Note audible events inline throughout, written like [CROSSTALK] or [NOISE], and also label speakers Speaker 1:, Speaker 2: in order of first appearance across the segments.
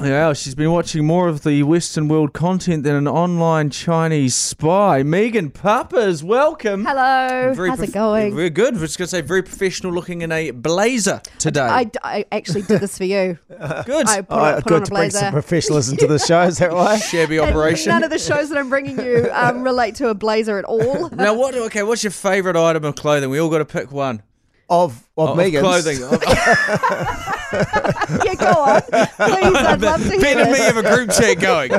Speaker 1: Yeah, she's been watching more of the Western world content than an online Chinese spy. Megan Pappers, welcome.
Speaker 2: Hello.
Speaker 1: Very
Speaker 2: How's
Speaker 1: prof-
Speaker 2: it going?
Speaker 1: Very good. I was going to say very professional looking in a blazer today.
Speaker 2: I, I actually did this for you.
Speaker 1: [LAUGHS] good.
Speaker 2: I put,
Speaker 3: Oh,
Speaker 2: on, put on a
Speaker 3: good to bring
Speaker 2: blazer.
Speaker 3: some professionalism to the show. Is that
Speaker 2: [LAUGHS]
Speaker 3: right?
Speaker 1: Shabby
Speaker 2: And
Speaker 1: operation.
Speaker 2: [LAUGHS] None of the shows that I'm bringing
Speaker 1: [LAUGHS]
Speaker 2: you um, relate to a blazer at all.
Speaker 1: now what? Okay, what's your favourite item of clothing? We all got to pick one.
Speaker 3: Of of,
Speaker 1: Of
Speaker 2: [LAUGHS]
Speaker 3: Megan's.
Speaker 1: clothing. Of-
Speaker 2: [LAUGHS] yeah, go
Speaker 1: [LAUGHS]
Speaker 2: on. Please, I'd love to hear
Speaker 1: Ben and me
Speaker 2: it.
Speaker 1: have a group chat going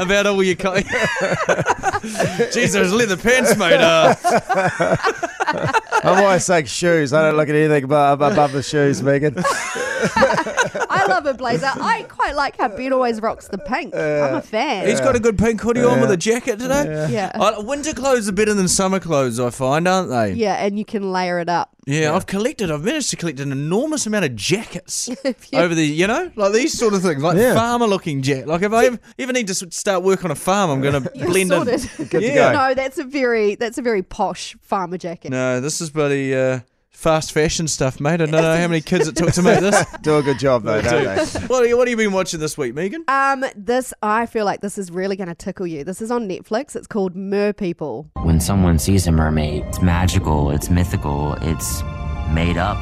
Speaker 1: about all your clothes. [LAUGHS] Jeez, those leather pants, mate.
Speaker 3: [LAUGHS]
Speaker 1: Uh,
Speaker 3: [LAUGHS] I'm always saying shoes. I don't look at anything above, above the shoes, Megan.
Speaker 2: I love a blazer. I quite like how Ben always rocks the pink. I'm a fan.
Speaker 1: Uh, He's got a good pink hoodie on with a jacket today.
Speaker 2: Yeah.
Speaker 1: [LAUGHS] I- winter clothes are better than summer clothes, I find, aren't they?
Speaker 2: yeah, and you can layer it up. [LAUGHS]
Speaker 1: Yeah, I've collected. I've managed to collect an enormous amount of
Speaker 2: [LAUGHS]
Speaker 1: jackets over the, you know, like these sort of things, like
Speaker 3: Yeah.
Speaker 1: farmer-looking jacket. Like if I ever, ever need to s- start work on a farm, I'm going to
Speaker 2: [LAUGHS] You're
Speaker 1: blend
Speaker 2: sorted.
Speaker 1: in.
Speaker 3: Good
Speaker 1: Yeah.
Speaker 3: to go.
Speaker 2: [LAUGHS] No, that's a very that's a very posh farmer jacket.
Speaker 1: [LAUGHS] No, this is bloody uh, fast fashion stuff, mate. I don't know how
Speaker 2: [LAUGHS]
Speaker 1: many kids it took to make this. [LAUGHS]
Speaker 3: Do a good job though, don't they?
Speaker 1: what, have you- what have you been watching this week, Megan?
Speaker 2: Um, this I feel like this is really going to tickle you. This is on Netflix. It's called Mer People.
Speaker 4: When someone sees a mermaid, it's magical, it's mythical, it's made up.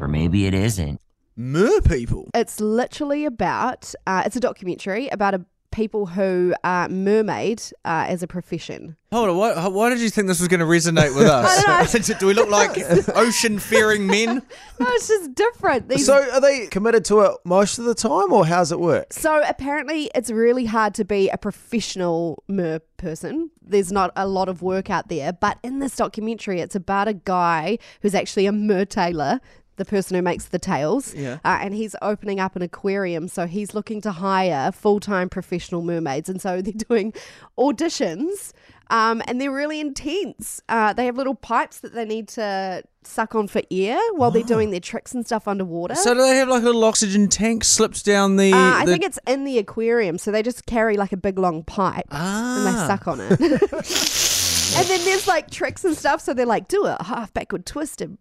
Speaker 4: Or maybe it isn't.
Speaker 1: Mer people.
Speaker 2: It's literally about uh, it's a documentary about a people who are mermaid uh, as a profession.
Speaker 1: Hold on, why, why did you think this was going to resonate
Speaker 2: [LAUGHS]
Speaker 1: with [LAUGHS] us? Do we look like ocean-fearing men?
Speaker 2: No, it's just different. These
Speaker 3: So are they committed to it most of the time, or how's it work?
Speaker 2: So apparently, it's really hard to be a professional mer person. There's not a lot of work out there. But in this documentary, it's about a guy who's actually a mer tailor. The person who makes the tails,
Speaker 1: Yeah.
Speaker 2: uh, and he's opening up an aquarium, so he's looking to hire full-time professional mermaids, and so [LAUGHS] they're doing auditions, um, and they're really intense. Uh, they have little pipes that they need to suck on for air while they're doing their tricks and stuff underwater.
Speaker 1: Oh. So do they have like a little oxygen tank slips down the?
Speaker 2: Uh, I
Speaker 1: the-
Speaker 2: think it's in the aquarium, so they just carry like a big long pipe and they
Speaker 1: Ah.
Speaker 2: suck on it. [LAUGHS] and then there's like tricks and stuff, so they're like, do a half backward twist and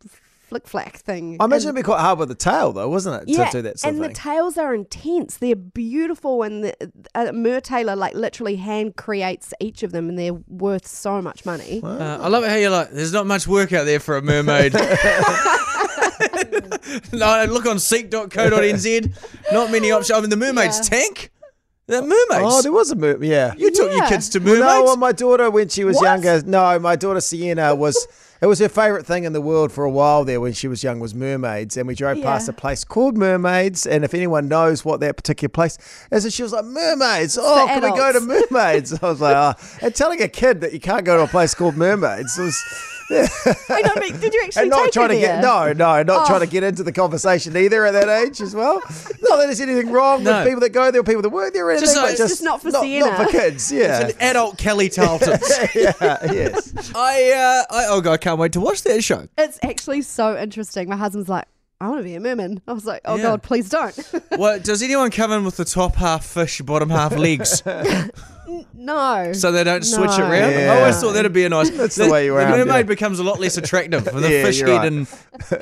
Speaker 2: flick flack thing.
Speaker 3: I imagine
Speaker 2: And-
Speaker 3: it'd be quite hard with the tail, though, wasn't it?
Speaker 2: yeah,
Speaker 3: to do that sort
Speaker 2: and
Speaker 3: of
Speaker 2: the
Speaker 3: thing.
Speaker 2: tails are intense. They're beautiful, and the, uh, Mer Taylor like literally hand creates each of them, and they're worth so much money.
Speaker 1: Uh, I love it how you're like, there's not much work out there for a
Speaker 2: [LAUGHS]
Speaker 1: mermaid. no, look on seek.co.nz. Not many options. I mean, the mermaid's
Speaker 2: Yeah.
Speaker 1: tank. The mermaids.
Speaker 3: oh, there was a movie. Yeah.
Speaker 1: you took your
Speaker 2: Yeah.
Speaker 1: kids to
Speaker 3: Well,
Speaker 1: mermaids.
Speaker 3: no, well, my daughter when she was
Speaker 2: What?
Speaker 3: younger. No, my daughter Sienna was. It was her favourite thing in the world for a while there when she was young was mermaids, and we drove
Speaker 2: Yeah.
Speaker 3: past a place called Mermaids, and if anyone knows what that particular place is, and she was like mermaids. oh,
Speaker 2: for
Speaker 3: can we go to mermaids? I was like, oh. and telling a kid that you can't go to a place
Speaker 2: [LAUGHS]
Speaker 3: called mermaids was,
Speaker 2: Wait, no, but did you actually
Speaker 3: [LAUGHS] and not
Speaker 2: take
Speaker 3: trying
Speaker 2: her
Speaker 3: to get
Speaker 2: there?
Speaker 3: no, no, not
Speaker 2: Oh.
Speaker 3: trying to get into the conversation either at that age as well. Not that there's anything wrong
Speaker 1: No.
Speaker 3: with people that go there, or people that work there, or anything,
Speaker 1: like-
Speaker 3: but
Speaker 1: It's
Speaker 3: just,
Speaker 2: just not for
Speaker 3: not,
Speaker 2: Sienna.
Speaker 3: for kids. Yeah,
Speaker 1: It's an adult Kelly Tarleton.
Speaker 3: [LAUGHS]
Speaker 1: [LAUGHS]
Speaker 3: yeah, yes.
Speaker 1: I, uh, I, oh, God, I can't wait to watch that show.
Speaker 2: It's actually so interesting. My husband's like, I want to be a merman. I was like, oh
Speaker 1: Yeah.
Speaker 2: god, please don't. [LAUGHS]
Speaker 1: Well, does anyone come in with the top half fish, bottom half legs,
Speaker 2: No.
Speaker 1: so they don't switch it
Speaker 2: No.
Speaker 1: around? I always thought that'd be a nice. That's
Speaker 3: the way you
Speaker 1: The
Speaker 3: round it.
Speaker 1: mermaid becomes a lot less attractive with
Speaker 3: Yeah,
Speaker 1: a fish
Speaker 3: you're
Speaker 1: head
Speaker 3: right.
Speaker 1: and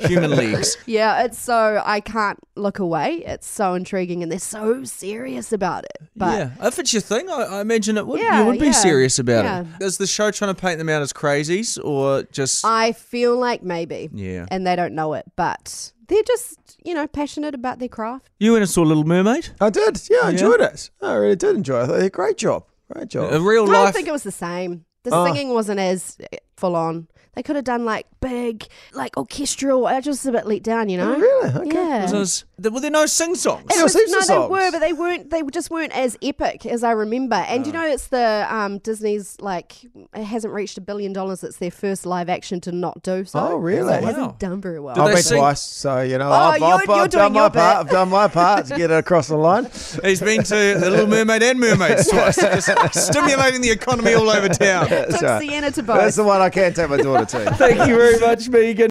Speaker 3: [LAUGHS]
Speaker 1: human legs.
Speaker 2: Yeah, it's so I can't look away. It's so intriguing, and they're so serious about it. But
Speaker 1: yeah, if it's your thing, I, I imagine it would.
Speaker 2: Yeah,
Speaker 1: you would be
Speaker 2: yeah,
Speaker 1: serious about it.
Speaker 2: yeah.
Speaker 1: Is the show trying to paint them out as crazies or just?
Speaker 2: I feel like maybe,
Speaker 1: yeah.
Speaker 2: and they don't know it, but they're just you know passionate about their craft.
Speaker 1: You went and saw Little Mermaid.
Speaker 3: I did. Yeah, I
Speaker 1: Yeah?
Speaker 3: enjoyed it. I really did enjoy it. I thought, yeah, great job. Great job.
Speaker 1: A real
Speaker 2: I don't
Speaker 1: life.
Speaker 2: think it was the same. The
Speaker 3: Oh.
Speaker 2: singing wasn't as full on. They could have done like big, like orchestral. I just was a bit let down, you know.
Speaker 3: Oh, really? Okay.
Speaker 2: Yeah.
Speaker 1: So it's- there- were there no sing songs?
Speaker 3: It was heaps
Speaker 2: no,
Speaker 3: of
Speaker 2: they
Speaker 3: songs.
Speaker 2: were, but they weren't. They just weren't as epic as I remember. And you know, it's the um, Disney's like it hasn't reached a billion dollars. It's their first live action to not do so.
Speaker 3: Oh, really?
Speaker 2: So it
Speaker 1: Wow.
Speaker 2: hasn't done very well.
Speaker 1: Did
Speaker 3: I've
Speaker 1: they
Speaker 3: been
Speaker 1: sing-
Speaker 3: twice, so you know,
Speaker 2: Oh,
Speaker 3: I've,
Speaker 2: you're-
Speaker 3: I've,
Speaker 2: you're
Speaker 3: I've
Speaker 2: doing
Speaker 3: done my
Speaker 2: your
Speaker 3: part.
Speaker 2: bit.
Speaker 3: I've done my part to get it across
Speaker 2: [LAUGHS]
Speaker 3: the line.
Speaker 1: He's been to the Little Mermaid and Mermaids twice, just stimulating the economy all over town.
Speaker 2: Took
Speaker 3: That's right.
Speaker 2: Sienna to both.
Speaker 3: That's the one I can take my daughter to.
Speaker 1: Thank you very much, Megan.